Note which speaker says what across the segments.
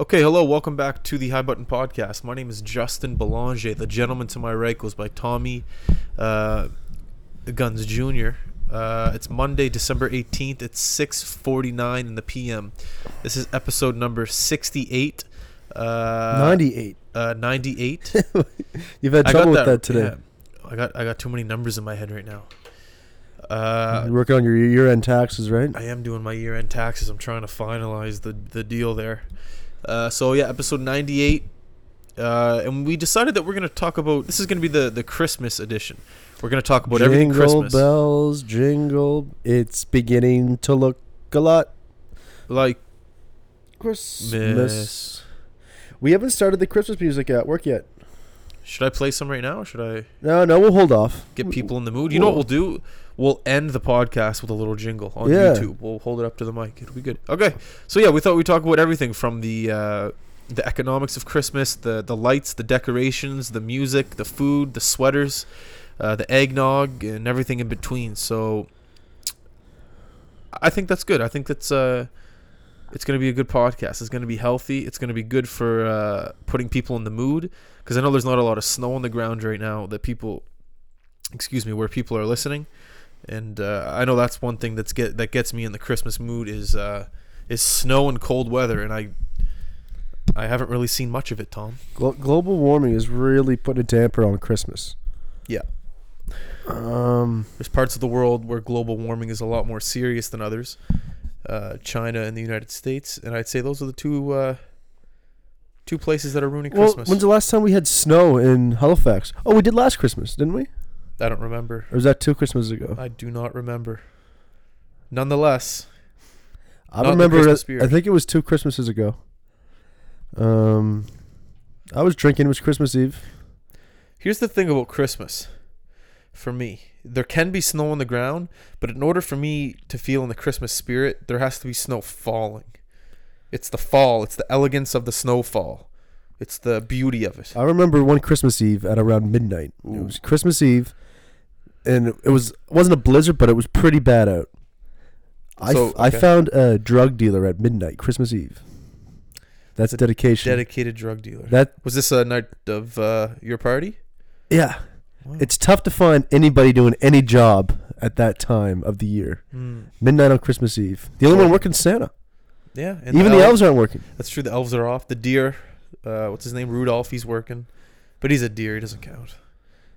Speaker 1: Okay, hello, welcome back to the High Button Podcast. My name is Justin Belanger. The gentleman to my right goes by Tommy uh, Guns Jr. Uh, it's Monday, December 18th. It's 6.49 in the p.m. This is episode number 68. Uh,
Speaker 2: 98.
Speaker 1: Uh, 98.
Speaker 2: You've had
Speaker 1: I
Speaker 2: trouble
Speaker 1: got
Speaker 2: with that today.
Speaker 1: yeah. I got I got too many numbers in my head right now. Uh,
Speaker 2: You're working on your year-end taxes, right?
Speaker 1: I am doing my year end taxes. I'm trying to finalize the the deal there. Uh, so yeah, episode 98. Uh, and we decided that we're gonna talk about this is gonna be the the Christmas edition. We're gonna talk about everything
Speaker 2: jingle
Speaker 1: Christmas,
Speaker 2: bells, jingle. It's beginning to look a lot
Speaker 1: like
Speaker 2: Christmas.
Speaker 1: miss.
Speaker 2: We haven't started the Christmas music at work yet.
Speaker 1: Should I play some right now? or Should I
Speaker 2: No, no, we'll hold off.
Speaker 1: get people in the mood? You know what we'll do? We'll end the podcast with a little jingle on
Speaker 2: Yeah.
Speaker 1: YouTube. We'll hold it up to the mic. It'll be good. Okay. So yeah, we thought we'd talk about everything from the uh, the economics of Christmas, the the lights, the decorations, the music, the food, the sweaters, uh, the eggnog, and everything in between. So I think that's good. I think that's uh, it's gonna be a good podcast. It's gonna be healthy. It's gonna be good for uh, putting people in the mood because I know there's not a lot of snow on the ground right now that people, excuse me, where people are listening, and uh, I know that's one thing that's get that gets me in the Christmas mood is uh, is snow and cold weather, and I I haven't really seen much of it, Tom.
Speaker 2: Glo- global warming is really putting a damper on Christmas.
Speaker 1: Yeah.
Speaker 2: Um.
Speaker 1: There's parts of the world where global warming is a lot more serious than others, uh, China and the United States, and I'd say those are the two uh, two places that are ruining
Speaker 2: Well,
Speaker 1: Christmas.
Speaker 2: when's the last time we had snow in Halifax? Oh, we did last Christmas, didn't we?
Speaker 1: I don't remember.
Speaker 2: Or was that two Christmases ago?
Speaker 1: I do not remember. Nonetheless, Not
Speaker 2: I
Speaker 1: the
Speaker 2: remember.
Speaker 1: Christmas
Speaker 2: it- I
Speaker 1: spirit.
Speaker 2: think it was two Christmases ago. Um, I was drinking. It was Christmas Eve.
Speaker 1: Here's the thing about Christmas for me. There can be snow on the ground, but in order for me to feel in the Christmas spirit, there has to be snow falling. It's the fall, it's the elegance of the snowfall. It's the beauty of it.
Speaker 2: I remember one Christmas Eve at around midnight. It was Christmas Eve, and it was it wasn't a blizzard, but it was pretty bad out. I, f-
Speaker 1: So,
Speaker 2: I
Speaker 1: okay.
Speaker 2: found a drug dealer at midnight Christmas Eve. That's
Speaker 1: It's a
Speaker 2: dedication.
Speaker 1: Dedicated drug dealer.
Speaker 2: that
Speaker 1: Was this a night of uh, your party?
Speaker 2: yeah,
Speaker 1: Wow.
Speaker 2: it's tough to find anybody doing any job at that time of the year.
Speaker 1: Mm.
Speaker 2: Midnight on Christmas Eve. The only one
Speaker 1: Sure.
Speaker 2: working is Santa.
Speaker 1: Yeah. and
Speaker 2: Even the elves aren't working.
Speaker 1: That's true. The elves are off. The deer, uh, what's his name? Rudolph, he's working. But he's a deer. He doesn't count.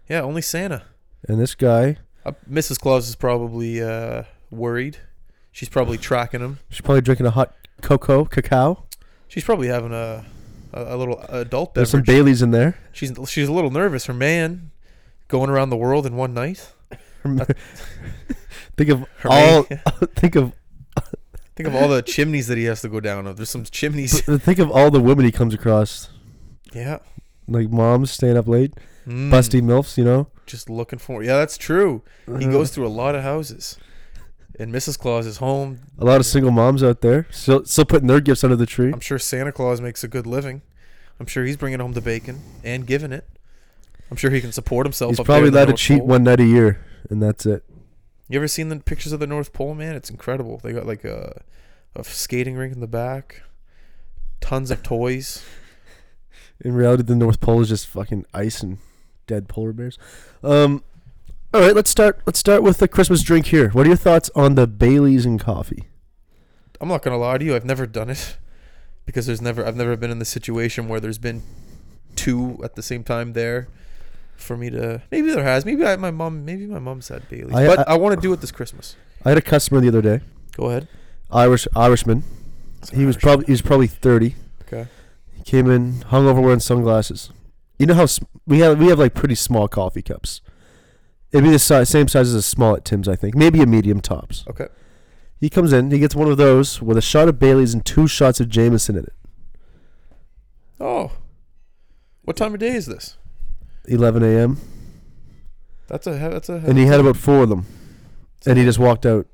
Speaker 1: Yeah, only Santa.
Speaker 2: And this guy
Speaker 1: Uh, Mrs. Claus is probably uh, worried. She's probably tracking him.
Speaker 2: She's probably drinking a hot cocoa, cacao.
Speaker 1: She's probably having a a, a little adult
Speaker 2: There's
Speaker 1: beverage.
Speaker 2: some Baileys in there.
Speaker 1: she's she's a little nervous. Her man going around the world in one night.
Speaker 2: Think of
Speaker 1: Her
Speaker 2: all.
Speaker 1: man-
Speaker 2: Think of
Speaker 1: think of all the chimneys that he has to go down. Of there's some chimneys.
Speaker 2: think of all the women he comes across,
Speaker 1: Yeah,
Speaker 2: like moms staying up late,
Speaker 1: Mm,
Speaker 2: busty Uh-huh. milfs. You know.
Speaker 1: Just looking for. Yeah, that's true. He goes through a lot of houses, and Mrs. Claus is home.
Speaker 2: a lot of single moms out there, still still putting their gifts under the tree.
Speaker 1: I'm sure Santa Claus makes a good living. I'm sure he's bringing home the bacon and giving it. I'm sure he can support himself.
Speaker 2: He's
Speaker 1: up there
Speaker 2: probably
Speaker 1: in the
Speaker 2: allowed to
Speaker 1: North
Speaker 2: cheat
Speaker 1: Pole.
Speaker 2: one night a year, and that's it.
Speaker 1: You ever seen the pictures of the North Pole, man? It's incredible. They got like a, a skating rink in the back, tons of toys.
Speaker 2: In reality, the North Pole is just fucking ice and dead polar bears. Um, all right, let's start. Let's start with the Christmas drink here. What are your thoughts on the Baileys and coffee?
Speaker 1: I'm not gonna lie to you, I've never done it because there's never I've never been in the situation where there's been two at the same time there for me to. Maybe there has. Maybe I, my mom. Maybe my mom's had Bailey's,
Speaker 2: I-
Speaker 1: but I,
Speaker 2: I-
Speaker 1: want to do it this Christmas.
Speaker 2: I had a customer the other day,
Speaker 1: Go ahead.
Speaker 2: Irish Irishman. He was probably he was probably thirty.
Speaker 1: okay.
Speaker 2: He came in hungover, wearing sunglasses. You know how s we have we have like pretty small coffee cups. It'd be the si- same size as a small at Tim's, I think. Maybe a medium tops.
Speaker 1: Okay.
Speaker 2: He comes in, he gets one of those with a shot of Bailey's and two shots of Jameson in it.
Speaker 1: Oh, what time of day is this?
Speaker 2: 11 a.m.
Speaker 1: That's a he- that's a.
Speaker 2: and he had about four of them, and he just walked out.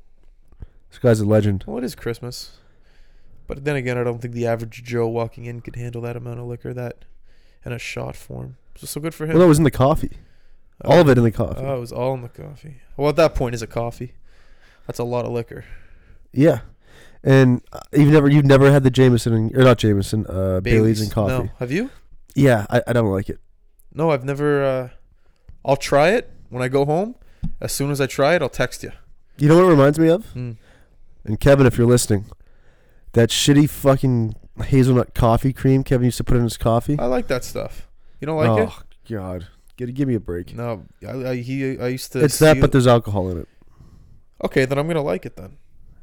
Speaker 2: This guy's a legend.
Speaker 1: Well, it is Christmas. But then again, I don't think the average Joe walking in could handle that amount of liquor that in a shot form. So, so good for him.
Speaker 2: Well, that was in the coffee. All of it in the coffee.
Speaker 1: Oh, it was all in the coffee. Well, at that point, is a coffee. That's a lot of liquor.
Speaker 2: Yeah. And uh, you've never you've never had the Jameson and, or not Jameson uh, Bailey's and coffee.
Speaker 1: No, have you?
Speaker 2: Yeah, I, I don't like it.
Speaker 1: No, I've never. Uh, I'll try it when I go home. As soon as I try it, I'll text you.
Speaker 2: You know what it reminds me of?
Speaker 1: Mm.
Speaker 2: And Kevin, if you're listening, that shitty fucking hazelnut coffee cream Kevin used to put in his coffee.
Speaker 1: I like that stuff. You don't like
Speaker 2: oh God, Get, give me a break.
Speaker 1: it? No, I, I, he, I used to.
Speaker 2: It's that,
Speaker 1: see-
Speaker 2: but there's alcohol in it.
Speaker 1: okay, then I'm gonna like it then,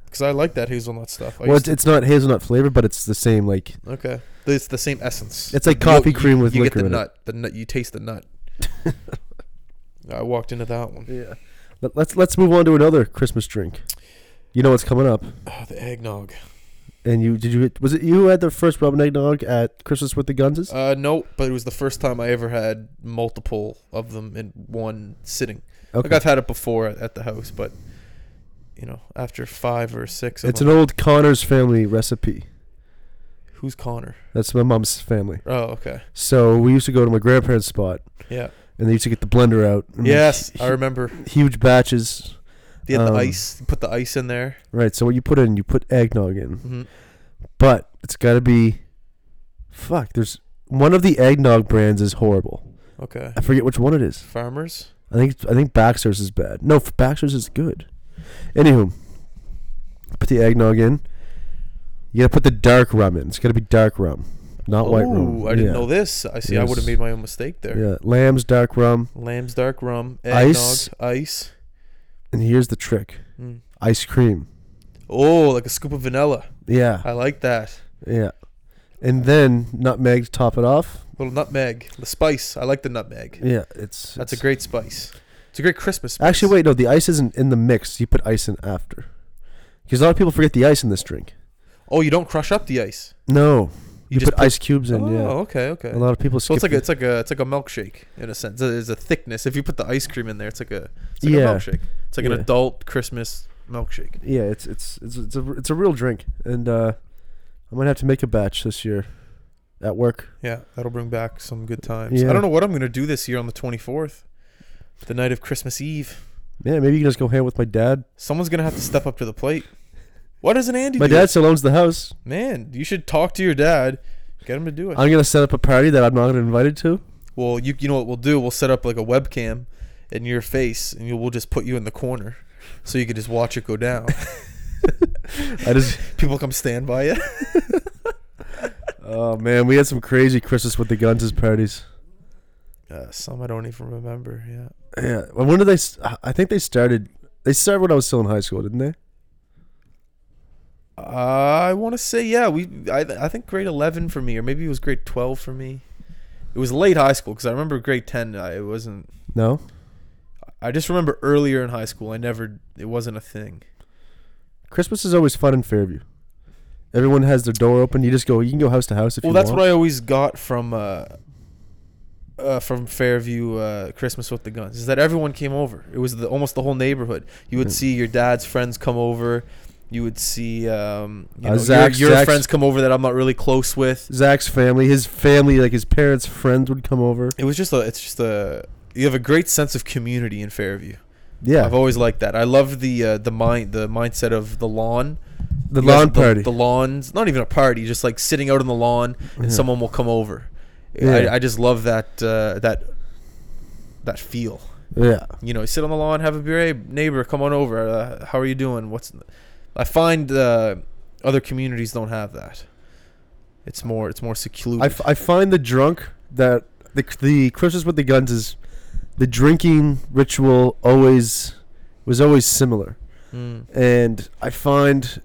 Speaker 1: because I like that hazelnut stuff. I
Speaker 2: Well,
Speaker 1: used
Speaker 2: it's, it's not hazelnut flavor, but it's the same. Like
Speaker 1: to- okay, it's the same essence.
Speaker 2: it's like
Speaker 1: You-
Speaker 2: coffee
Speaker 1: you-
Speaker 2: cream with
Speaker 1: you
Speaker 2: liquor
Speaker 1: get the
Speaker 2: in
Speaker 1: nut. The nut. You taste the nut. I walked into that one.
Speaker 2: it. Yeah. Let, let's let's move on to another Christmas drink. You know what's coming up,
Speaker 1: Oh, the eggnog.
Speaker 2: and you did you was it you who had the first rum and eggnog at Christmas with the Gunses?
Speaker 1: Uh, no, but it was the first time I ever had multiple of them in one sitting. Like I've had it before at, at the house, but you know, after five or six,
Speaker 2: It's an old Connors family recipe.
Speaker 1: who's Connor?
Speaker 2: That's my mom's family.
Speaker 1: Oh, okay,
Speaker 2: So we used to go to my grandparents' spot,
Speaker 1: yeah,
Speaker 2: and they used to get the blender out. and make
Speaker 1: yes, I
Speaker 2: hu-
Speaker 1: remember.
Speaker 2: huge batches.
Speaker 1: They had
Speaker 2: Um,
Speaker 1: the ice. Put the ice in there.
Speaker 2: Right. So what you put in, you put eggnog in,
Speaker 1: hmm
Speaker 2: but it's got to be. Fuck. There's one of the eggnog brands is horrible.
Speaker 1: Okay,
Speaker 2: I forget which one it is.
Speaker 1: farmers.
Speaker 2: I think I think Baxter's is bad. No, f- Baxter's is good. Anywho, put the eggnog in. You gotta put the dark rum in. It's gotta be dark rum, not white rum.
Speaker 1: Ooh, I didn't
Speaker 2: Yeah.
Speaker 1: know this. I see. I would have
Speaker 2: Yes.
Speaker 1: made my own mistake there.
Speaker 2: Yeah, lamb's dark rum.
Speaker 1: Lamb's dark rum, eggnog,
Speaker 2: Ice.
Speaker 1: ice. ice.
Speaker 2: And here's the trick:
Speaker 1: Mm.
Speaker 2: ice cream.
Speaker 1: Oh, like a scoop of vanilla.
Speaker 2: Yeah,
Speaker 1: I like that.
Speaker 2: yeah. And then nutmeg to top it off.
Speaker 1: Little nutmeg, the spice. I like the nutmeg.
Speaker 2: Yeah, it's
Speaker 1: That's a
Speaker 2: it's-
Speaker 1: great spice. It's a great Christmas. Spice.
Speaker 2: Actually, wait, no, the ice isn't in the mix. You put ice in after, because a lot of people forget the ice in this drink.
Speaker 1: Oh, you don't crush up the ice.
Speaker 2: No,
Speaker 1: You
Speaker 2: you,
Speaker 1: just
Speaker 2: put, ice cubes in.
Speaker 1: oh,
Speaker 2: yeah,
Speaker 1: okay, okay.
Speaker 2: a lot of people. Skip
Speaker 1: So it's like a,
Speaker 2: it.
Speaker 1: it's like a it's like a milkshake in a sense. There's a thickness. If you put the ice cream in there, it's like a it's like
Speaker 2: Yeah.
Speaker 1: a milkshake. It's like
Speaker 2: Yeah.
Speaker 1: an adult Christmas milkshake.
Speaker 2: yeah, it's it's it's it's a it's a real drink, and uh, I might have to make a batch this year, at work.
Speaker 1: Yeah, that'll bring back some good times.
Speaker 2: Yeah.
Speaker 1: I don't know what I'm gonna do this year on the 24th, the night of Christmas Eve.
Speaker 2: Yeah, maybe you can just go hang with my dad.
Speaker 1: Someone's gonna have to step up to the plate. Why doesn't Andy?
Speaker 2: My
Speaker 1: do
Speaker 2: dad
Speaker 1: it?
Speaker 2: still owns the house.
Speaker 1: man, you should talk to your dad. Get him to do it.
Speaker 2: I'm gonna set up a party that I'm not invited to.
Speaker 1: well, you you know what we'll do? We'll set up like a webcam in your face, and you, we'll just put you in the corner, so you can just watch it go down.
Speaker 2: I just
Speaker 1: People come stand by you.
Speaker 2: Oh man, we had some crazy Christmas with the guns as parties.
Speaker 1: Uh, some I don't even remember. Yeah.
Speaker 2: Yeah, well, when did they? s- I think they started. They started when I was still in high school, didn't they?
Speaker 1: I want to say yeah. We I I think grade eleven for me, or maybe it was grade twelve for me. It was late high school because I remember grade ten. I it wasn't.
Speaker 2: No.
Speaker 1: I just remember earlier in high school. I never. It wasn't a thing.
Speaker 2: Christmas is always fun in Fairview. Everyone has their door open. You just go. You can go house to house if
Speaker 1: well,
Speaker 2: you
Speaker 1: that's
Speaker 2: want.
Speaker 1: what I always got from. Uh, uh, from Fairview, uh, Christmas with the Guns is that everyone came over. It was the, almost the whole neighborhood. You would
Speaker 2: Mm.
Speaker 1: see your dad's friends come over. You would see um, you
Speaker 2: Uh,
Speaker 1: know,
Speaker 2: Zach's-
Speaker 1: your, your
Speaker 2: Zach's-
Speaker 1: friends come over that I'm not really close with.
Speaker 2: Zach's family, his family, like his parents' friends would come over.
Speaker 1: It was just a. It's just a. You have a great sense of community in Fairview.
Speaker 2: Yeah,
Speaker 1: I've always liked that. I love the uh, the mind the mindset of the lawn.
Speaker 2: the
Speaker 1: You guys-
Speaker 2: lawn party.
Speaker 1: The lawns. Not even a party. Just like sitting out on the lawn and
Speaker 2: Yeah.
Speaker 1: someone will come over.
Speaker 2: Yeah.
Speaker 1: I, I just love that uh, that that feel.
Speaker 2: yeah,
Speaker 1: You know, you sit on the lawn, have a beer. Hey, neighbor, come on over. Uh, how are you doing? What's? I find uh, other communities don't have that. It's more. It's more secluded.
Speaker 2: I, f- I find the drunk that the the Christmas with the guns is the drinking ritual always was always similar.
Speaker 1: Mm.
Speaker 2: and I find,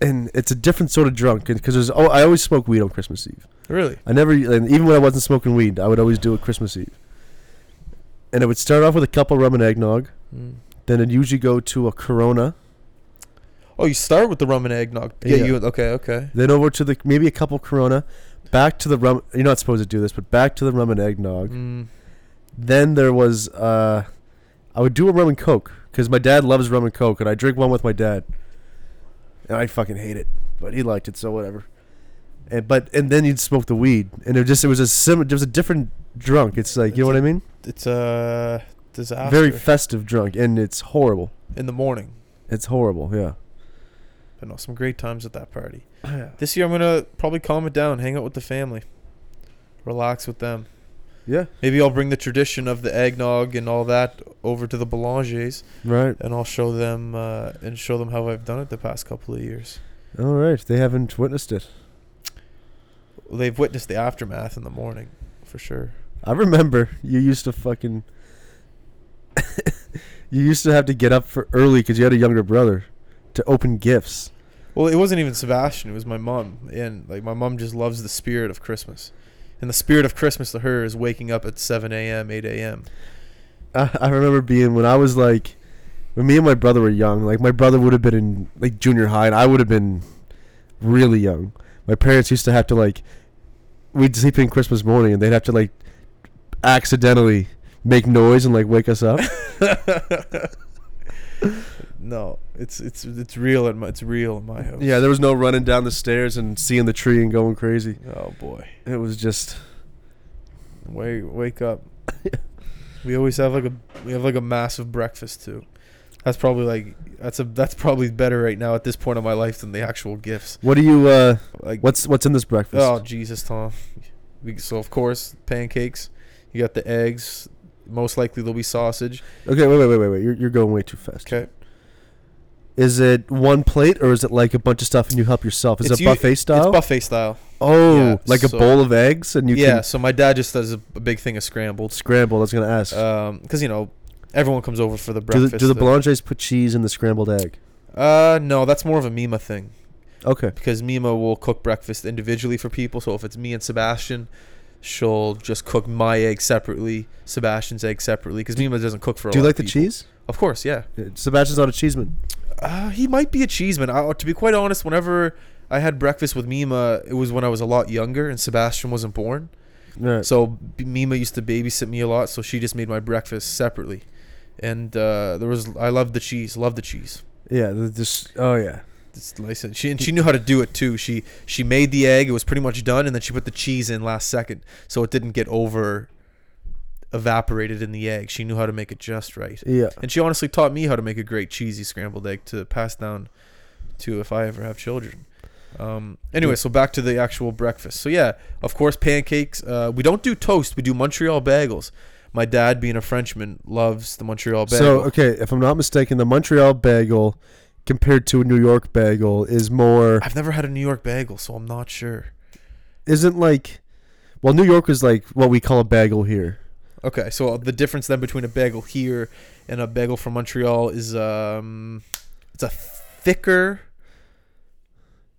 Speaker 2: and it's a different sort of drunk because there's oh I always smoke weed on Christmas Eve.
Speaker 1: Really.
Speaker 2: I never and even when I wasn't smoking weed, I would always do it Christmas Eve. And it would start off with a cup of rum and eggnog,
Speaker 1: Mm.
Speaker 2: then it'd usually go to a Corona,
Speaker 1: Oh, you start with the rum and eggnog. to get
Speaker 2: Yeah.
Speaker 1: you okay, okay.
Speaker 2: then over to the maybe a couple Corona, back to the rum. You're not supposed to do this, but back to the rum and eggnog.
Speaker 1: Mm.
Speaker 2: Then there was uh, I would do a rum and coke because my dad loves rum and coke, and I drink one with my dad, and I fucking hate it, but he liked it, so whatever. And but and then you'd smoke the weed, and it just it was a sim It was a different drunk. It's like you know what I mean,
Speaker 1: It's a disaster.
Speaker 2: very festive drunk, and it's horrible.
Speaker 1: in the morning.
Speaker 2: It's horrible, yeah.
Speaker 1: But no, some great times at that party.
Speaker 2: yeah.
Speaker 1: This year I'm gonna probably calm it down, hang out with the family, relax with them.
Speaker 2: Yeah.
Speaker 1: Maybe I'll bring the tradition of the eggnog and all that over to the Boulanges,
Speaker 2: Right.
Speaker 1: and I'll show them uh, and show them how I've done it the past couple of years.
Speaker 2: All right. They haven't witnessed it.
Speaker 1: They've witnessed the aftermath in the morning, for sure.
Speaker 2: I remember you used to fucking. you used to have to get up for early because you had a younger brother to open gifts.
Speaker 1: Well, it wasn't even Sebastian; it was my mom, and like my mom just loves the spirit of Christmas, and the spirit of Christmas to her is waking up at 7 a.m., 8 a.m.
Speaker 2: I, I remember being when I was like, when me and my brother were young. Like my brother would have been in like junior high, and I would have been really young. My parents used to have to like, we'd sleep in Christmas morning, and they'd have to like, accidentally make noise and like wake us up.
Speaker 1: no, it's it's it's real in my it's real in my house.
Speaker 2: yeah, there was no running down the stairs and seeing the tree and going crazy.
Speaker 1: Oh boy.
Speaker 2: It was just
Speaker 1: Wake wake up. we always have like a we have like a massive breakfast too. That's probably like that's a that's probably better right now at this point of my life than the actual gifts.
Speaker 2: What do you? uh
Speaker 1: Like
Speaker 2: What's what's in this breakfast?
Speaker 1: oh Jesus Tom. We, so of course pancakes. You got the eggs. Most likely there'll be sausage.
Speaker 2: Okay, wait, wait, wait, wait, wait. You're, you're going way too fast.
Speaker 1: Okay.
Speaker 2: Is it one plate or is it like a bunch of stuff and you help yourself? Is
Speaker 1: It's
Speaker 2: it
Speaker 1: u-
Speaker 2: buffet style?
Speaker 1: It's buffet style.
Speaker 2: oh,
Speaker 1: yeah,
Speaker 2: like a
Speaker 1: so-
Speaker 2: bowl of eggs and you
Speaker 1: yeah.
Speaker 2: can
Speaker 1: So my dad just does a, a big thing of scrambled.
Speaker 2: scramble. I was gonna ask.
Speaker 1: Um 'cause because you know everyone comes over for the
Speaker 2: do
Speaker 1: breakfast.
Speaker 2: the, do the
Speaker 1: uh,
Speaker 2: boulanges put cheese in the scrambled egg?
Speaker 1: Uh, no, that's more of a Mima thing
Speaker 2: Okay.
Speaker 1: because Mima will cook breakfast individually for people. So if it's me and Sebastian, she'll just cook my egg separately, Sebastian's egg separately because Mima doesn't cook for. A
Speaker 2: Do you
Speaker 1: lot
Speaker 2: like
Speaker 1: of
Speaker 2: the
Speaker 1: people.
Speaker 2: cheese?
Speaker 1: Of course, yeah.
Speaker 2: Uh, Sebastian's not a cheeseman.
Speaker 1: Uh, he might be a cheeseman. I, to be quite honest, whenever I had breakfast with Mima, it was when I was a lot younger and Sebastian wasn't born.
Speaker 2: Right.
Speaker 1: So B- Mima used to babysit me a lot, so she just made my breakfast separately. And uh, there was I loved the cheese, loved the cheese.
Speaker 2: yeah. the- This. Oh yeah.
Speaker 1: It's licensed. She and she knew how to do it too. She she made the egg. It was pretty much done, and then she put the cheese in last second, so it didn't get over evaporated in the egg. She knew how to make it just right,
Speaker 2: Yeah.
Speaker 1: and she honestly taught me how to make a great cheesy scrambled egg to pass down to if I ever have children. Um, anyway, so back to the actual breakfast. So yeah, of course, pancakes. Uh, we don't do toast. We do Montreal bagels. My dad, being a Frenchman, loves the Montreal bagel.
Speaker 2: So okay, if I'm not mistaken, the Montreal bagel compared to a New York bagel is more
Speaker 1: I've never had a New York bagel, so I'm not sure.
Speaker 2: isn't like. Well, New York is like what we call a bagel here.
Speaker 1: Okay, so the difference then between a bagel here and a bagel from Montreal is um, it's a thicker.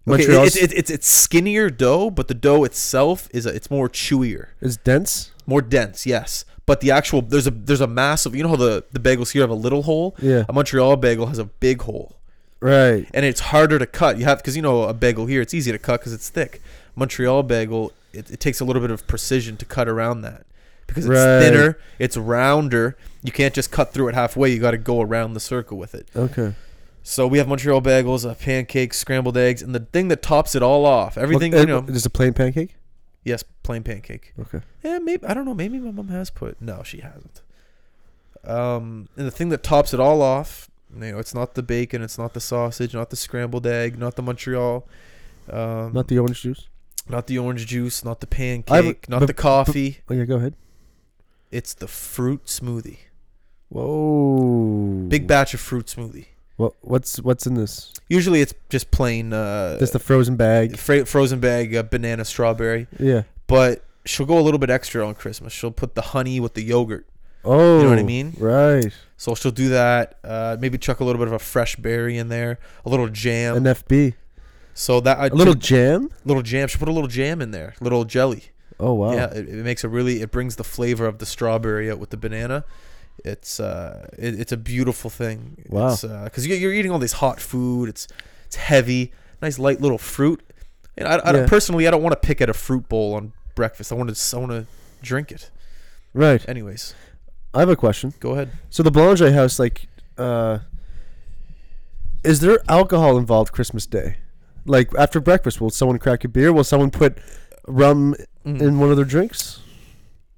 Speaker 1: Okay, it,
Speaker 2: Montreal's-
Speaker 1: it's it's- it's it's skinnier dough, but the dough itself is a, it's more chewier,
Speaker 2: It's dense.
Speaker 1: more dense. Yes, but the actual there's a there's a massive. You know how the the bagels here have a little hole.
Speaker 2: Yeah.
Speaker 1: A Montreal bagel has a big hole,
Speaker 2: Right.
Speaker 1: and it's harder to cut. You have because you know a bagel here it's easy to cut because it's thick. Montreal bagel it, it takes a little bit of precision to cut around that because it's
Speaker 2: Right.
Speaker 1: thinner, it's rounder. You can't just cut through it halfway. You got to go around the circle with it.
Speaker 2: Okay.
Speaker 1: So we have Montreal bagels, uh, pancakes, scrambled eggs, and the thing that tops it all off. Everything
Speaker 2: Well,
Speaker 1: you
Speaker 2: uh,
Speaker 1: know.
Speaker 2: Just a plain pancake.
Speaker 1: Yes, plain pancake.
Speaker 2: Okay.
Speaker 1: Yeah, maybe Eh, I don't know. Maybe my mom has put. No, she hasn't. Um, and the thing that tops it all off, you know, it's not the bacon, it's not the sausage, not the scrambled egg, not the Montreal, um,
Speaker 2: Not the orange juice.
Speaker 1: not the orange juice, not the pancake,
Speaker 2: I have a-
Speaker 1: not
Speaker 2: but-
Speaker 1: the coffee.
Speaker 2: Oh yeah, go ahead.
Speaker 1: it's the fruit smoothie.
Speaker 2: Whoa.
Speaker 1: Big batch of fruit smoothie.
Speaker 2: What what's what's in this?
Speaker 1: Usually, it's just plain uh,
Speaker 2: Just the frozen bag.
Speaker 1: fra- frozen bag, uh, banana, strawberry.
Speaker 2: Yeah.
Speaker 1: But she'll go a little bit extra on Christmas. She'll put the honey with the yogurt.
Speaker 2: Oh.
Speaker 1: You know what I mean?
Speaker 2: Right.
Speaker 1: So she'll do that. Uh, maybe chuck a little bit of a fresh berry in there, a little jam.
Speaker 2: An FB.
Speaker 1: so that I,
Speaker 2: A little jam.
Speaker 1: little jam. She put a little jam in there, little jelly.
Speaker 2: Oh wow.
Speaker 1: Yeah, it, it makes a really. It brings the flavor of the strawberry out with the banana. It's uh, it, it's a beautiful thing.
Speaker 2: Wow.
Speaker 1: Because you you're eating all this hot food. It's it's heavy. Nice light little fruit. And I, I don't-
Speaker 2: Yeah.
Speaker 1: personally, I don't want to pick at a fruit bowl on breakfast. I want to I want to drink it.
Speaker 2: Right.
Speaker 1: Anyways,
Speaker 2: I have a question.
Speaker 1: go ahead.
Speaker 2: So the Boulanger house, like, uh, is there alcohol involved Christmas Day? Like after breakfast, will someone crack a beer? Will someone put rum
Speaker 1: Mm.
Speaker 2: in one of their drinks?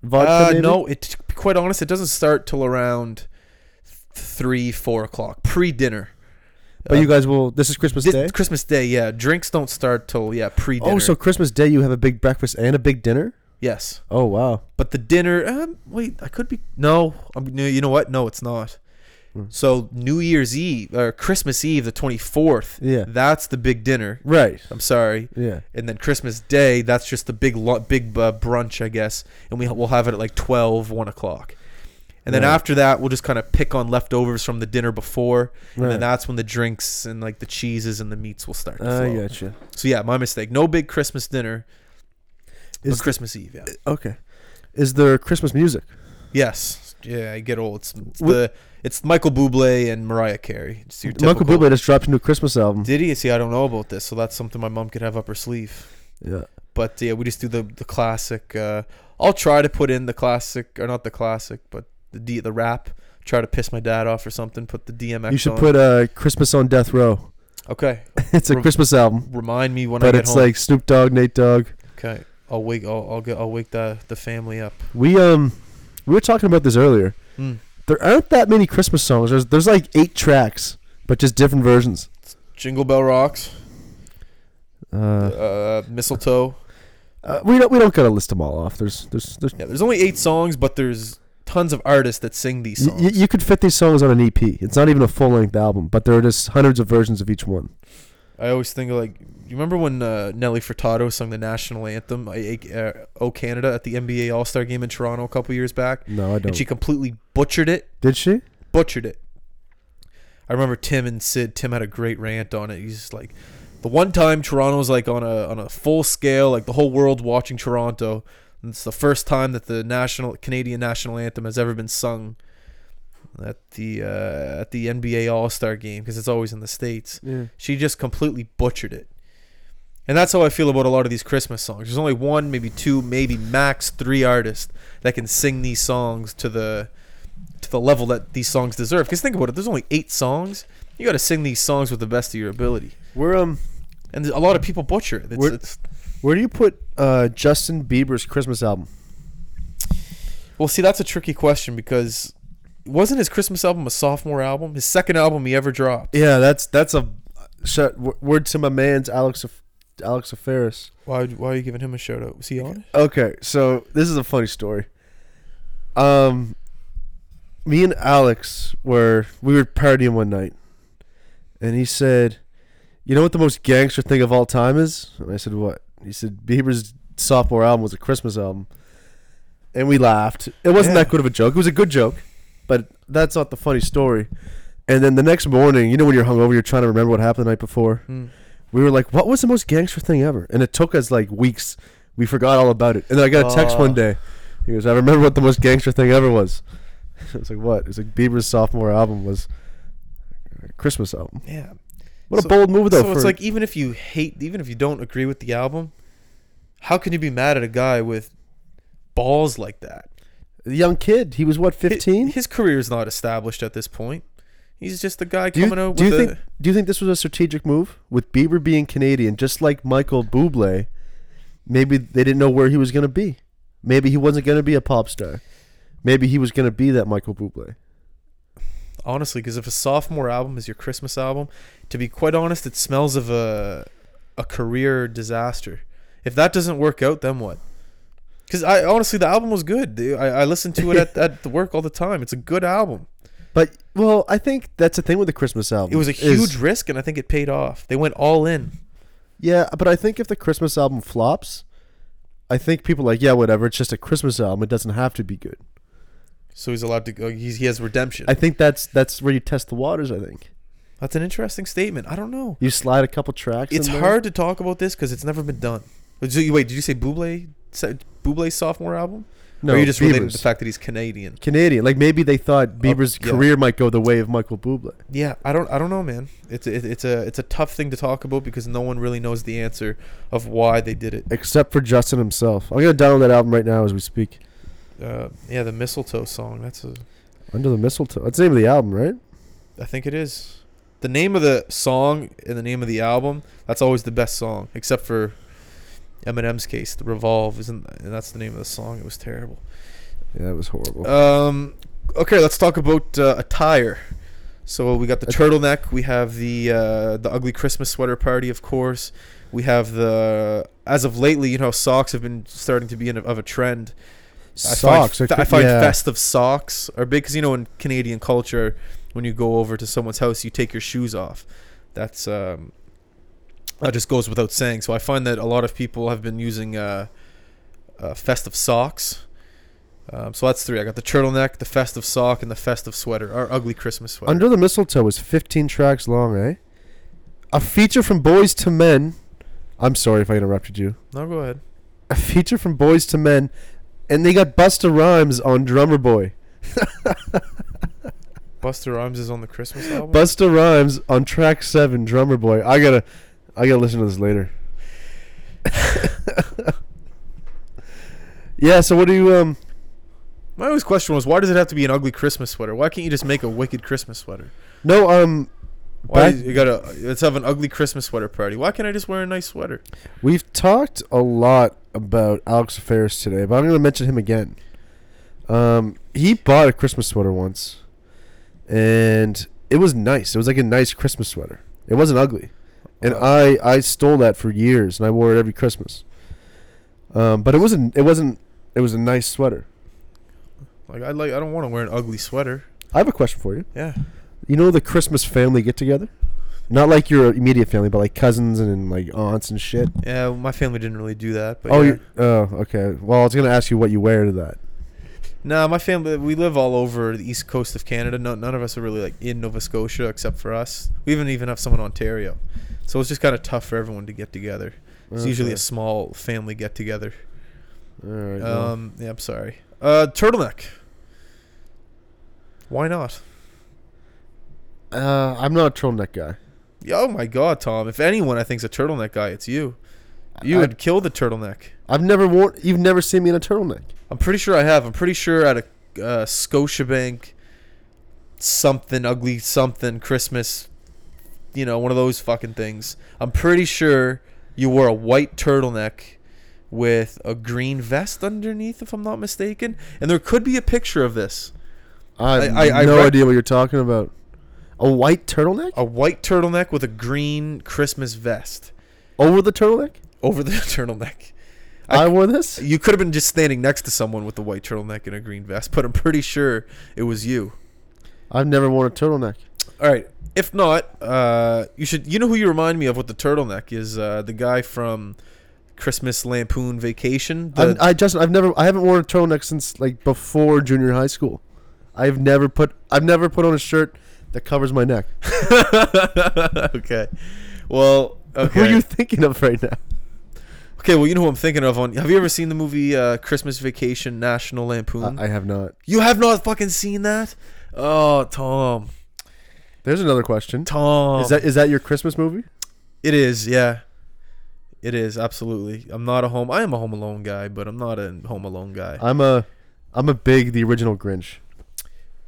Speaker 2: Vodka?
Speaker 1: Uh,
Speaker 2: maybe?
Speaker 1: no, it. To be quite honest, it doesn't start till around th- three, four o'clock pre dinner.
Speaker 2: But
Speaker 1: Uh,
Speaker 2: you guys will. This is Christmas
Speaker 1: this-
Speaker 2: Day.
Speaker 1: Christmas Day, yeah. Drinks don't start till yeah pre dinner.
Speaker 2: Oh, so Christmas Day you have a big breakfast and a big dinner.
Speaker 1: yes,
Speaker 2: Oh wow.
Speaker 1: but the dinner. Um, wait, I could be no. I'm, no, you know what? No, it's not.
Speaker 2: Hmm.
Speaker 1: So New Year's Eve or Christmas Eve, the twenty fourth.
Speaker 2: Yeah.
Speaker 1: That's the big dinner.
Speaker 2: Right.
Speaker 1: I'm sorry.
Speaker 2: Yeah.
Speaker 1: and then Christmas Day, that's just the big lu- big uh, brunch, I guess, and we we'll have it at like 12, 1 o'clock. And then
Speaker 2: Right.
Speaker 1: after that, we'll just kind of pick on leftovers from the dinner before, and
Speaker 2: Right. Ah,
Speaker 1: then that's when the drinks and like the cheeses and the meats will start. To
Speaker 2: I
Speaker 1: flow.
Speaker 2: gotcha.
Speaker 1: So yeah, my mistake. No big Christmas dinner,
Speaker 2: Is Uh,
Speaker 1: but Christmas Eve. Yeah.
Speaker 2: okay. Is there Christmas music?
Speaker 1: Yes. Yeah, I get old. It's, it's
Speaker 2: Wh-
Speaker 1: the it's Michael Bublé and Mariah Carey. It's your
Speaker 2: Michael
Speaker 1: typical-
Speaker 2: Bublé just dropped a new Christmas album.
Speaker 1: Did he? See, I don't know about this, so that's something my mom could have up her sleeve.
Speaker 2: Yeah.
Speaker 1: But yeah, we just do the the classic. Uh, I'll try to put in the classic, or not the classic, but the D, the rap. Try to piss my dad off or something. Put the DMX.
Speaker 2: You should
Speaker 1: on.
Speaker 2: put uh, Christmas on Death Row.
Speaker 1: Okay,
Speaker 2: it's a
Speaker 1: Rem-
Speaker 2: Christmas album,
Speaker 1: remind me when I
Speaker 2: but
Speaker 1: get
Speaker 2: it's
Speaker 1: home.
Speaker 2: like Snoop Dogg, Nate Dogg.
Speaker 1: okay, I'll wake. I'll I'll, get, I'll wake the the family up.
Speaker 2: We um, we were talking about this earlier.
Speaker 1: Mm.
Speaker 2: There aren't that many Christmas songs. There's there's like eight tracks, but just different versions.
Speaker 1: Jingle bell rocks. Uh,
Speaker 2: Uh,
Speaker 1: mistletoe.
Speaker 2: uh, we don't we don't gotta list them all off. There's there's there's.
Speaker 1: Yeah, there's only eight songs, but there's tons of artists that sing these
Speaker 2: Y-
Speaker 1: songs.
Speaker 2: y- you could fit these songs on an EP. It's not even a full length album, but there are just hundreds of versions of each one.
Speaker 1: I always think of, like, you remember when uh, Nelly Furtado sung the national anthem, I- I- uh, "O Canada," at the NBA All Star game in Toronto a couple years back,
Speaker 2: No, I don't.
Speaker 1: and she completely butchered it.
Speaker 2: Did she?
Speaker 1: butchered it. I remember Tim and Sid. Tim had a great rant on it. He's just like, the one time Toronto's like on a on a full scale, like the whole world watching Toronto. And it's the first time that the national Canadian national anthem has ever been sung at the uh, at the NBA All Star game because it's always in the states.
Speaker 2: Yeah.
Speaker 1: She just completely butchered it. And that's how I feel about a lot of these Christmas songs. There's only one, maybe two, maybe max three artists that can sing these songs to the to the level that these songs deserve. Because think about it, there's only eight songs. You got to sing these songs with the best of your ability.
Speaker 2: We're um.
Speaker 1: And a lot of people butcher it. It's,
Speaker 2: We're-
Speaker 1: it's,
Speaker 2: Where do you put uh, Justin Bieber's Christmas album?
Speaker 1: well, see, that's a tricky question because wasn't his Christmas album a sophomore album? His second album he ever dropped.
Speaker 2: Yeah, that's that's a shut w- word to my man's Alex Af- Alex Aferis.
Speaker 1: Why, why are you giving him a shout out? Was he on it?
Speaker 2: Okay, so this is a funny story. Um, me and Alex were we were partying one night, and he said, "You know what the most gangster thing of all time is?" And I said, "What?" He said, "Bieber's sophomore album was a Christmas album," and we laughed. It wasn't
Speaker 1: Yeah.
Speaker 2: that good of a joke. It was a good joke, but that's not the funny story. And then the next morning, you know, when you're hungover, you're trying to remember what happened the night before
Speaker 1: Hmm.
Speaker 2: we were like, "What was the most gangster thing ever?" And it took us like weeks. We forgot all about it. And then I got a text
Speaker 1: Oh.
Speaker 2: one day. He goes, "I remember what the most gangster thing ever was." I was like, "What?" It was like Bieber's sophomore album was a Christmas album.
Speaker 1: Yeah.
Speaker 2: What
Speaker 1: So-
Speaker 2: a bold move, though.
Speaker 1: So it's
Speaker 2: for-
Speaker 1: like even if you hate, even if you don't agree with the album, how can you be mad at a guy with balls like that?
Speaker 2: the young kid. He was what
Speaker 1: Hi-
Speaker 2: fifteen.
Speaker 1: His, career is not established at this point. He's just a guy
Speaker 2: Do you,
Speaker 1: coming out
Speaker 2: do
Speaker 1: with
Speaker 2: you
Speaker 1: a.
Speaker 2: think? Do you think this was a strategic move with Bieber being Canadian, just like Michael Bublé? Maybe they didn't know where he was going to be. Maybe he wasn't going to be a pop star. Maybe he was going to be that Michael Bublé.
Speaker 1: honestly because if a sophomore album is your christmas album to be quite honest it smells of a a career disaster if that doesn't work out then what because i honestly the album was good The- i, I listened to it at, at the work all the time it's a good album
Speaker 2: But well, I think that's the thing with the Christmas album.
Speaker 1: it was a
Speaker 2: is-
Speaker 1: huge risk and i think it paid off they went all in
Speaker 2: yeah, but I think if the Christmas album flops, I think people are like yeah, whatever. It's just a Christmas album. It doesn't have to be good.
Speaker 1: so he's allowed to go he's, he has redemption
Speaker 2: I think that's that's where you test the waters. I think
Speaker 1: that's an interesting statement i don't know
Speaker 2: you slide a couple tracks.
Speaker 1: it's
Speaker 2: in there.
Speaker 1: hard to talk about this because it's never been done Wait, so you- wait did you say buble Bublé's sophomore album
Speaker 2: No,
Speaker 1: or you just related
Speaker 2: Bieber's.
Speaker 1: to the fact that he's canadian
Speaker 2: Canadian. Like maybe they thought Bieber's
Speaker 1: yeah.
Speaker 2: career might go the way of Michael Bublé.
Speaker 1: Yeah, I don't, I don't know, man. It's a, it's a, it's a tough thing to talk about because no one really knows the answer of why they did it.
Speaker 2: Except for Justin himself. I'm gonna download that album right now as we speak.
Speaker 1: Uh, yeah, the mistletoe song. That's a,
Speaker 2: Under the mistletoe. That's the name of the album, right?
Speaker 1: I think it is. The name of the song and the name of the album. That's always the best song, except for Eminem's case. The Revolve isn't, and that's the name of the song. It was terrible.
Speaker 2: Yeah, that was horrible.
Speaker 1: Um, okay, let's talk about uh, attire. So we got the turtleneck. We have the uh, the ugly Christmas sweater party, of course. We have the as of lately, you know, socks have been starting to be in a, of a trend.
Speaker 2: Socks.
Speaker 1: I
Speaker 2: are
Speaker 1: find, I
Speaker 2: cr-
Speaker 1: find
Speaker 2: yeah.
Speaker 1: festive socks are big because you know in Canadian culture, when you go over to someone's house, you take your shoes off. That's um, that just goes without saying. So I find that a lot of people have been using uh, uh, festive socks. Um, so that's three. I got the turtleneck, the festive sock, and the festive sweater. Our ugly Christmas sweater.
Speaker 2: Under the Mistletoe is 15 tracks long, eh? A feature from Boys to Men. I'm sorry if I interrupted you.
Speaker 1: no, go ahead.
Speaker 2: A feature from Boys to Men, and they got Busta Rhymes on Drummer Boy.
Speaker 1: Buster Rhymes is on the Christmas album.
Speaker 2: Busta Rhymes on track seven, Drummer Boy. I gotta, I gotta listen to this later. yeah. So what do you um?
Speaker 1: My always question was, why does it have to be an ugly Christmas sweater? Why can't you just make a wicked Christmas sweater?
Speaker 2: No um.
Speaker 1: Why
Speaker 2: Back-
Speaker 1: you gotta let's have an ugly Christmas sweater party? Why can't I just wear a nice sweater?
Speaker 2: We've talked a lot about Alex Ferris today, but I'm going to mention him again. Um, he bought a Christmas sweater once, and it was nice. It was like a nice Christmas sweater. It wasn't ugly, and I, I stole that for years, and I wore it every Christmas. Um, but it wasn't. It wasn't. It was a nice sweater.
Speaker 1: Like I like I don't want to wear an ugly sweater.
Speaker 2: I have a question for you.
Speaker 1: Yeah.
Speaker 2: You know the Christmas family get together, not like your immediate family, but like cousins and like aunts and shit.
Speaker 1: Yeah, well, my family didn't really do that, but
Speaker 2: oh,
Speaker 1: Oh, yeah.
Speaker 2: you oh, okay. Well, I was gonna ask you what you wear to that.
Speaker 1: Nah, my family we live all over the east coast of Canada. No, none of us are really like in Nova Scotia except for us. We even even have some in Ontario. So it's just kind of tough for everyone to get together. It's usually a small family get together.
Speaker 2: All right. well.
Speaker 1: Um, yeah, I'm sorry. Uh, turtleneck. Why not?
Speaker 2: Uh, I'm not a turtleneck guy.
Speaker 1: Yeah, Oh my God, Tom! If anyone I think's a turtleneck guy, it's you. You
Speaker 2: I-
Speaker 1: would kill the turtleneck.
Speaker 2: I've never worn. You've never seen me in a turtleneck.
Speaker 1: I'm pretty sure I have. I'm pretty sure at a uh, Scotiabank something ugly something Christmas, you know, one of those fucking things. I'm pretty sure you wore a white turtleneck with a green vest underneath, if I'm not mistaken. And there could be a picture of this.
Speaker 2: I have
Speaker 1: I- I
Speaker 2: no
Speaker 1: rec- Oh.
Speaker 2: idea what you're talking about. A white turtleneck
Speaker 1: A white turtleneck with a green Christmas vest
Speaker 2: over the turtleneck.
Speaker 1: over the turtleneck. I-
Speaker 2: I, wore this.
Speaker 1: You could have been just standing next to someone with a white turtleneck and a green vest, but I'm pretty sure it was you.
Speaker 2: I've never worn a turtleneck.
Speaker 1: All right. If not, uh, you should. You know who you remind me of with the turtleneck is uh, the guy from Christmas Lampoon Vacation. The,
Speaker 2: I'm- I just. I've never. I haven't worn a turtleneck since like before junior high school. I've never put. I've never put on a shirt that covers my neck.
Speaker 1: okay. Well, okay.
Speaker 2: Who are you thinking of right now?
Speaker 1: okay. Well, you know who I'm thinking of. On Have you ever seen the movie uh, Christmas Vacation National Lampoon?
Speaker 2: Uh, I, I have not.
Speaker 1: you have not fucking seen that. Oh, Tom.
Speaker 2: There's another question.
Speaker 1: Tom.
Speaker 2: Is that is that your Christmas movie?
Speaker 1: It is, yeah. It is absolutely. I'm not a home. I am a Home Alone guy, but I'm not a Home Alone guy.
Speaker 2: I'm a. I'm a big the original Grinch.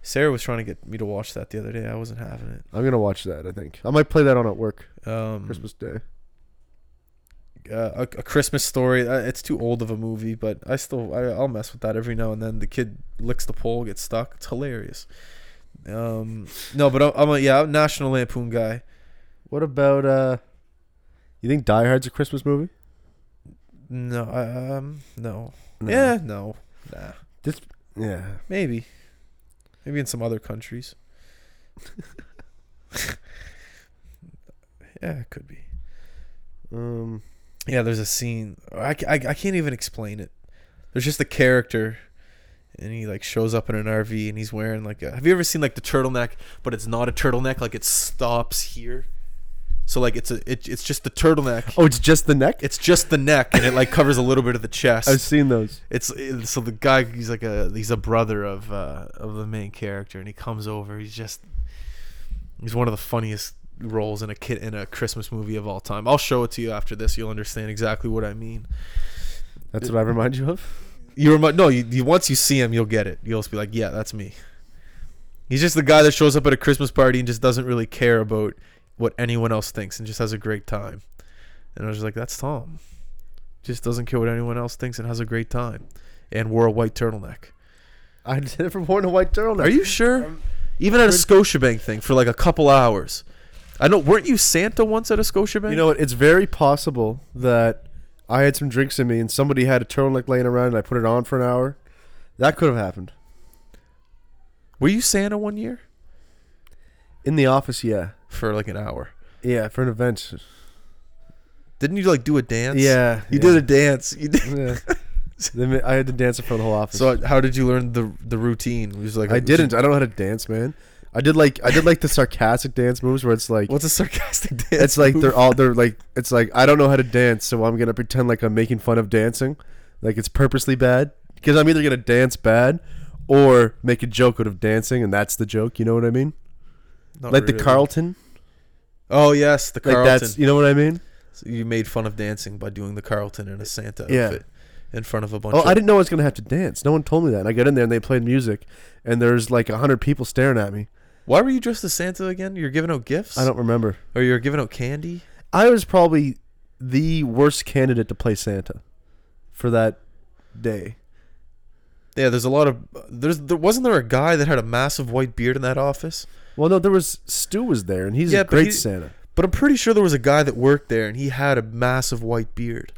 Speaker 1: Sarah was trying to get me to watch that the other day. I wasn't having it.
Speaker 2: I'm gonna watch that. I think I might play that on at work
Speaker 1: Um,
Speaker 2: Christmas Day.
Speaker 1: uh, a, a Christmas Story. Uh, it's too old of a movie, but I still I, I'll mess with that every now and then. The kid licks the pole, gets stuck. It's hilarious. Um, no, but I'm, I'm a yeah I'm a National Lampoon guy.
Speaker 2: What about uh? You think Die Hard's a Christmas movie?
Speaker 1: No, I- um, no. yeah, no, nah,
Speaker 2: Yeah.
Speaker 1: maybe, maybe in some other countries. yeah, it could be.
Speaker 2: Um.
Speaker 1: Yeah, there's a scene. I, ca- I, I can't even explain it. There's just a character, and he like shows up in an RV, and he's wearing like a. Have you ever seen like the turtleneck, but it's not a turtleneck. Like it stops here, so like it's a it, it's just the turtleneck.
Speaker 2: Oh, it's just the neck.
Speaker 1: It's just the neck, and it like covers a little bit of the
Speaker 2: I've
Speaker 1: chest.
Speaker 2: seen those.
Speaker 1: It's it- so the guy he's like a he's a brother of uh of the main character, and he comes over. He's just he's one of the funniest roles in a kid in a Christmas movie of all time. I'll show it to you after this. You'll understand exactly what I mean.
Speaker 2: That's what I remind you of.
Speaker 1: You remind no, you, you once you see him, you'll get it. You'll just be like, yeah, that's me. He's just the guy that shows up at a Christmas party and just doesn't really care about what anyone else thinks and just has a great time. And I was just like, that's Tom. Just doesn't care what anyone else thinks and has a great time. And wore a white turtleneck.
Speaker 2: I never worn a white turtleneck.
Speaker 1: Are you sure? Even at a Scotiabank thing for like a couple hours. I know. Weren't you Santa once at a Scotiabank?
Speaker 2: You know what? It's very possible that I had some drinks in me and somebody had a turtleneck laying around and I put it on for an hour. That could have happened.
Speaker 1: were you Santa one year
Speaker 2: In the office, yeah.
Speaker 1: for like an hour?
Speaker 2: Yeah, for an event.
Speaker 1: Didn't you like do a dance?
Speaker 2: Yeah.
Speaker 1: you
Speaker 2: yeah.
Speaker 1: did a dance. You did.
Speaker 2: Yeah. Then I had to dance in front of the whole office.
Speaker 1: So how did you learn the the routine? It was like
Speaker 2: I didn't. I don't know how to dance, man. I did like I did like the sarcastic dance moves where it's like
Speaker 1: What's a sarcastic dance?
Speaker 2: it's like
Speaker 1: move?
Speaker 2: they're all they're like it's like I don't know how to dance, so I'm gonna pretend like I'm making fun of dancing, like it's purposely bad because I'm either gonna dance bad or make a joke out of dancing, and that's the joke. You know what I mean?
Speaker 1: Not
Speaker 2: like the
Speaker 1: really.
Speaker 2: Carlton,
Speaker 1: Oh yes, the Carlton.
Speaker 2: like that's you know what I mean?
Speaker 1: So you made fun of dancing by doing the Carlton in a Santa
Speaker 2: Yeah.
Speaker 1: outfit in front of a bunch.
Speaker 2: Oh,
Speaker 1: of,
Speaker 2: I didn't know I was gonna have to dance. No one told me that. And I got in there and they played music, and there's like a hundred people staring at me.
Speaker 1: Why were you dressed as Santa again? You're giving out gifts.
Speaker 2: I don't remember.
Speaker 1: Or you're giving out candy.
Speaker 2: I was probably the worst candidate to play Santa for that day.
Speaker 1: Yeah, there's a lot of there's there wasn't there a guy that had a massive white beard in that office?
Speaker 2: Well, no, there was Stu was there, and he's
Speaker 1: Yeah,
Speaker 2: a
Speaker 1: but
Speaker 2: great
Speaker 1: he-
Speaker 2: Santa.
Speaker 1: But I'm pretty sure there was a guy that worked there and he had a massive white beard.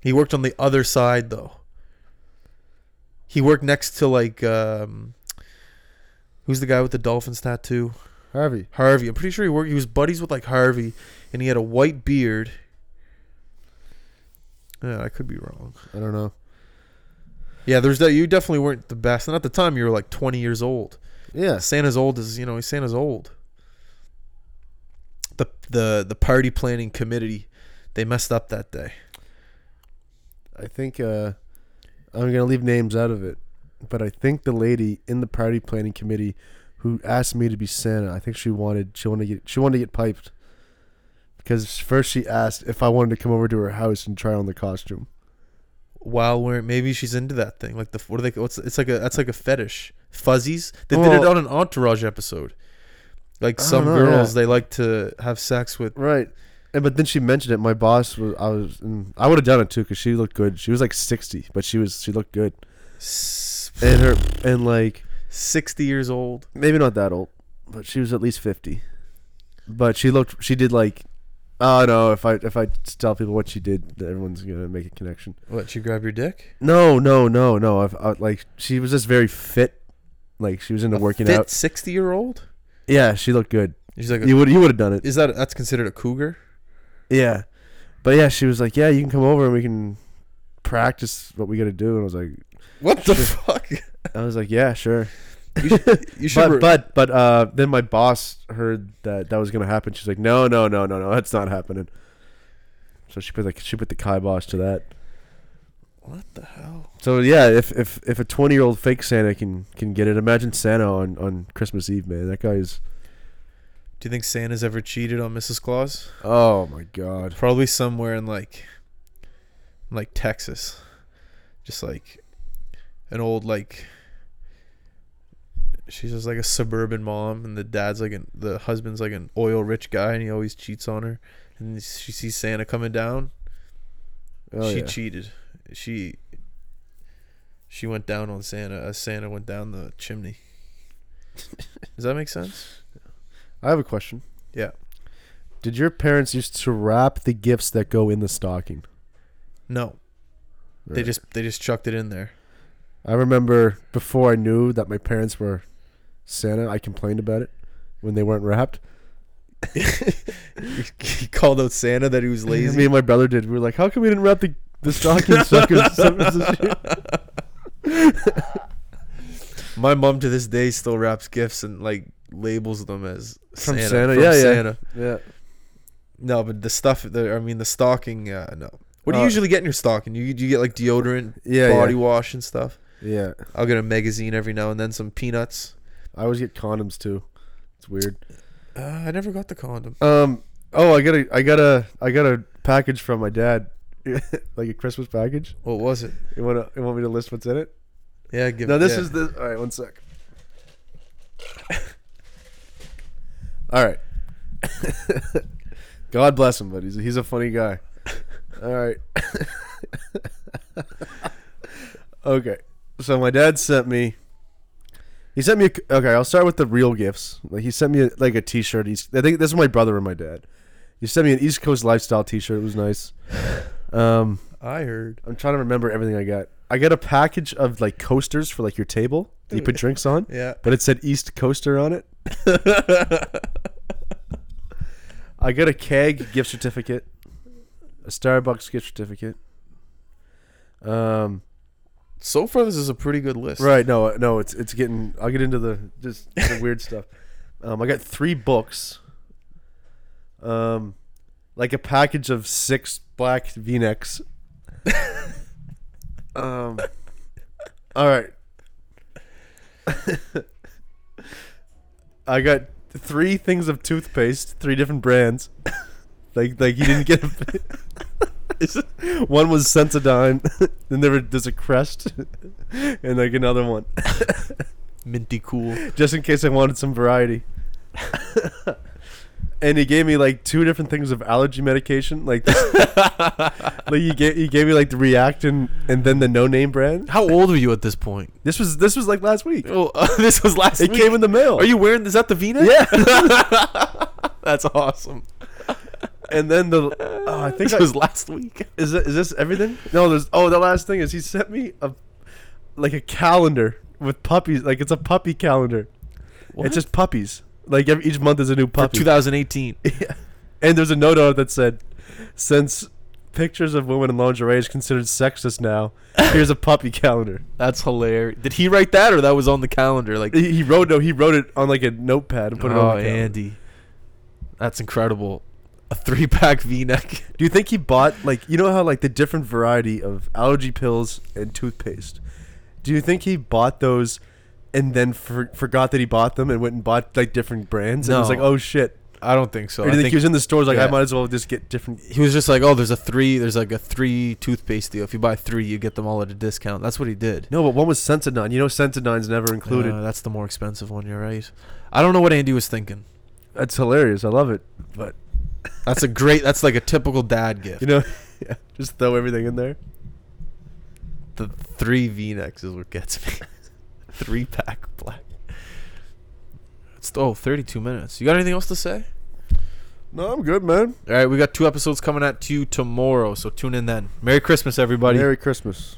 Speaker 1: He worked on the other side though. He worked next to like um who's the guy with the Dolphins tattoo?
Speaker 2: Harvey.
Speaker 1: Harvey. I'm pretty sure he worked he was buddies with like Harvey and he had a white beard. Yeah, I could be wrong.
Speaker 2: I don't know.
Speaker 1: Yeah, there's that you definitely weren't the best. And at the time you were like 20 years old.
Speaker 2: Yes.
Speaker 1: Santa's old is you know Santa's old. The the the party planning committee, they messed up that day.
Speaker 2: I think uh, I'm going to leave names out of it, but I think the lady in the party planning committee who asked me to be Santa, I think she wanted she wanted to get she wanted to get piped because first she asked if I wanted to come over to her house and try on the costume.
Speaker 1: While we're maybe she's into that thing like the what are they what's it's like a that's like a fetish fuzzies. They did it
Speaker 2: Well-
Speaker 1: on an Entourage episode. Like
Speaker 2: I
Speaker 1: some
Speaker 2: don't know,
Speaker 1: girls,
Speaker 2: yeah.
Speaker 1: they like to have sex with.
Speaker 2: Right. And but then she mentioned it. My boss was I was mm, I would have done it too because she looked good. She was like 60, but she was she looked good
Speaker 1: s-
Speaker 2: and her and like
Speaker 1: Sixty years old.
Speaker 2: maybe not that old, but she was at least fifty. But she looked. She did like. Oh no! If I if I tell people what she did, everyone's gonna make a connection.
Speaker 1: What? She grab your dick?
Speaker 2: No, no, no, no. I've, I, like she was just very fit. Like she was into
Speaker 1: A
Speaker 2: working
Speaker 1: fit
Speaker 2: out.
Speaker 1: Sixty year old.
Speaker 2: Yeah, she looked good.
Speaker 1: She's like, a-
Speaker 2: You would you would have done it.
Speaker 1: is that that's considered a cougar?
Speaker 2: Yeah, but yeah, she was like, yeah, you can come over and we can practice what we gotta do. And I was like,
Speaker 1: What the
Speaker 2: Sure.
Speaker 1: fuck?
Speaker 2: I was like, yeah, sure.
Speaker 1: You should. You should
Speaker 2: But
Speaker 1: re-
Speaker 2: but but uh, then my boss heard that that was gonna happen. She's like, no, no, no, no, no, that's not happening. So she put like she put the kibosh to that.
Speaker 1: what the hell?
Speaker 2: So yeah, if if if a twenty year old fake Santa can can get it, imagine Santa on on Christmas Eve, man. That guy is
Speaker 1: Do you think Santa's ever cheated on Mrs. Claus?
Speaker 2: oh my god.
Speaker 1: Probably somewhere in like, like Texas, just like an old like. She's just like a suburban mom, and the dad's like an the husband's like an oil rich guy, and he always cheats on her. And she sees Santa coming down.
Speaker 2: Oh,
Speaker 1: she
Speaker 2: yeah.
Speaker 1: cheated. She. She went down on Santa as Santa went down the chimney. Does that make sense?
Speaker 2: I have a question.
Speaker 1: Yeah.
Speaker 2: Did your parents used to wrap the gifts that go in the stocking?
Speaker 1: No, they
Speaker 2: Right.
Speaker 1: just they just chucked it in there.
Speaker 2: I remember before I knew that my parents were Santa, I complained about it when they weren't wrapped.
Speaker 1: he called out Santa that he was
Speaker 2: Me
Speaker 1: lazy.
Speaker 2: and my brother did. We were like, how come we didn't wrap the the stocking suckers? suckers this year?"
Speaker 1: My mom to this day still wraps gifts and like labels them as
Speaker 2: From
Speaker 1: Santa.
Speaker 2: Santa, yeah, yeah. yeah.
Speaker 1: No, but the stuff. The, I mean, the stocking. Uh, no. What do you
Speaker 2: Uh,
Speaker 1: usually get in your stocking? You do you get like deodorant,
Speaker 2: Yeah,
Speaker 1: body
Speaker 2: yeah.
Speaker 1: wash, and stuff.
Speaker 2: Yeah.
Speaker 1: I'll get a magazine every now and then, some peanuts.
Speaker 2: I always get condoms too. It's weird.
Speaker 1: Uh, I never got the condom.
Speaker 2: Um oh, I got a I got a I got a package from my dad. like a Christmas package.
Speaker 1: What was it?
Speaker 2: You want you want me to list what's in it?
Speaker 1: Yeah, give.
Speaker 2: No, this
Speaker 1: yeah.
Speaker 2: is the All right, one sec. all right. God bless him, but he's he's a funny guy. All right. okay. So my dad sent me He sent me a, c- okay. I'll start with the real gifts. Like he sent me a, like a T-shirt. He's I think this is my brother and my dad. He sent me an East Coast lifestyle T-shirt. It was nice. Um,
Speaker 1: I heard.
Speaker 2: I'm trying to remember everything I got. I got a package of like coasters for like your table that you put drinks on,
Speaker 1: Yeah.
Speaker 2: but it said East Coaster on it. I got a keg gift certificate, a Starbucks gift certificate. Um,
Speaker 1: So far, this is a pretty good list.
Speaker 2: Right. No. uh, No. It's it's getting. I'll get into the just the weird stuff. Um, I got three books. Um, like a package of six black V necks. um. All right. I got three things of toothpaste, three different brands. like like you didn't get
Speaker 1: Is it-
Speaker 2: one was Sensodyne, then there were, there's a Crest, and like another one
Speaker 1: Minty cool.
Speaker 2: just in case I wanted some variety. and he gave me like two different things of allergy medication. Like, this, like he gave he gave me like the Reactin and then the No Name brand.
Speaker 1: How old are you at this point?
Speaker 2: This was this was like last week.
Speaker 1: Oh, this was last
Speaker 2: It
Speaker 1: week.
Speaker 2: came in the mail.
Speaker 1: Are you wearing? Is that the V-neck?
Speaker 2: Yeah.
Speaker 1: That's awesome.
Speaker 2: and then the oh, I think
Speaker 1: This
Speaker 2: I,
Speaker 1: was last week.
Speaker 2: is that, is this everything? No, there's oh the last thing is he sent me a like a calendar with puppies. Like it's a puppy calendar.
Speaker 1: What?
Speaker 2: It's just puppies. Like every, each month is a new
Speaker 1: for
Speaker 2: puppy.
Speaker 1: 2018.
Speaker 2: Yeah. And there's a note on it that said, since pictures of women in lingerie is considered sexist now, here's a puppy calendar.
Speaker 1: That's hilarious. Did he write that, or that was on the calendar? Like,
Speaker 2: He, he wrote no, he wrote it on like a notepad and put it on
Speaker 1: oh,
Speaker 2: the calendar.
Speaker 1: Andy, that's incredible. A three-pack V-neck.
Speaker 2: Do you think he bought like you know how like the different variety of allergy pills and toothpaste? Do you think he bought those and then for, forgot that he bought them and went and bought like different brands and was
Speaker 1: No.
Speaker 2: like, oh shit?
Speaker 1: I don't think so.
Speaker 2: Or do you think, he was in the stores like I
Speaker 1: yeah.
Speaker 2: might as well just get different?
Speaker 1: he was just like, oh, there's a three, there's like a three toothpaste deal. If you buy three, you get them all at a discount. That's what he did.
Speaker 2: No, but one was Sensodyne. You know, Sensodyne's never included.
Speaker 1: Uh, that's the more expensive one. You're right. I don't know what Andy was thinking.
Speaker 2: That's hilarious. I love it. But
Speaker 1: That's a great. That's like a typical dad gift.
Speaker 2: You know, yeah, just throw everything in there.
Speaker 1: the three V necks is what gets me. three pack black. It's oh, 32 minutes. You got anything else to say?
Speaker 2: No, I'm good, man.
Speaker 1: All right, we got two episodes coming at you tomorrow, so tune in then. Merry Christmas, everybody.
Speaker 2: Merry Christmas.